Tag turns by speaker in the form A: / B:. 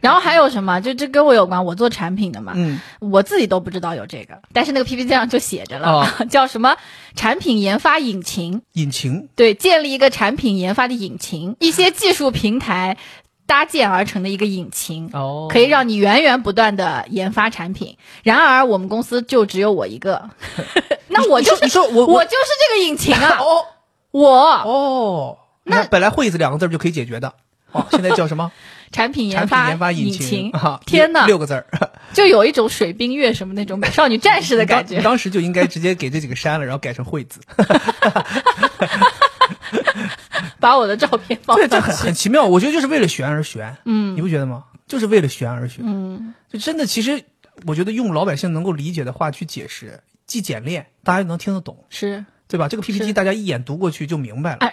A: 然后还有什么？就这跟我有关，我做产品的嘛，
B: 嗯，
A: 我自己都不知道有这个，但是那个 PPT 上就写着了，
B: 哦
A: 叫什么产品研发引擎，
B: 引擎
A: 对，建立一个产品研发的引擎，一些技术平台搭建而成的一个引擎。
B: 哦
A: 可以让你源源不断的研发产品，然而我们公司就只有我一 个，那我就是
B: 你说 我
A: 我就是这个引擎啊，
B: 哦
A: 我
B: 哦，
A: 那
B: 本来“会”字两个字就可以解决的，哦，现在叫 什么？
A: 产品研
B: 产品
A: 发
B: 研发
A: 引
B: 擎啊！
A: 天
B: 哪，
A: 哪，
B: 六个字儿，
A: 就有一种水冰月什么那种美少女战士的感
B: 你
A: 觉
B: 当。当时就应该直接给这几个删了，然后改成“会”字。
A: 把我的照片放
B: 对，这
A: 上
B: 很
A: 去。
B: 很奇妙，我觉得就是为了玄而玄，
A: 嗯
B: 你不觉得吗？就是为了玄而玄，
A: 嗯，
B: 就真的其实我觉得用老百姓能够理解的话去解释，既简练，大家又能听得懂，
A: 是
B: 对吧？这个 PPT
A: 是
B: 大家一眼读过去就明白了。
A: 啊，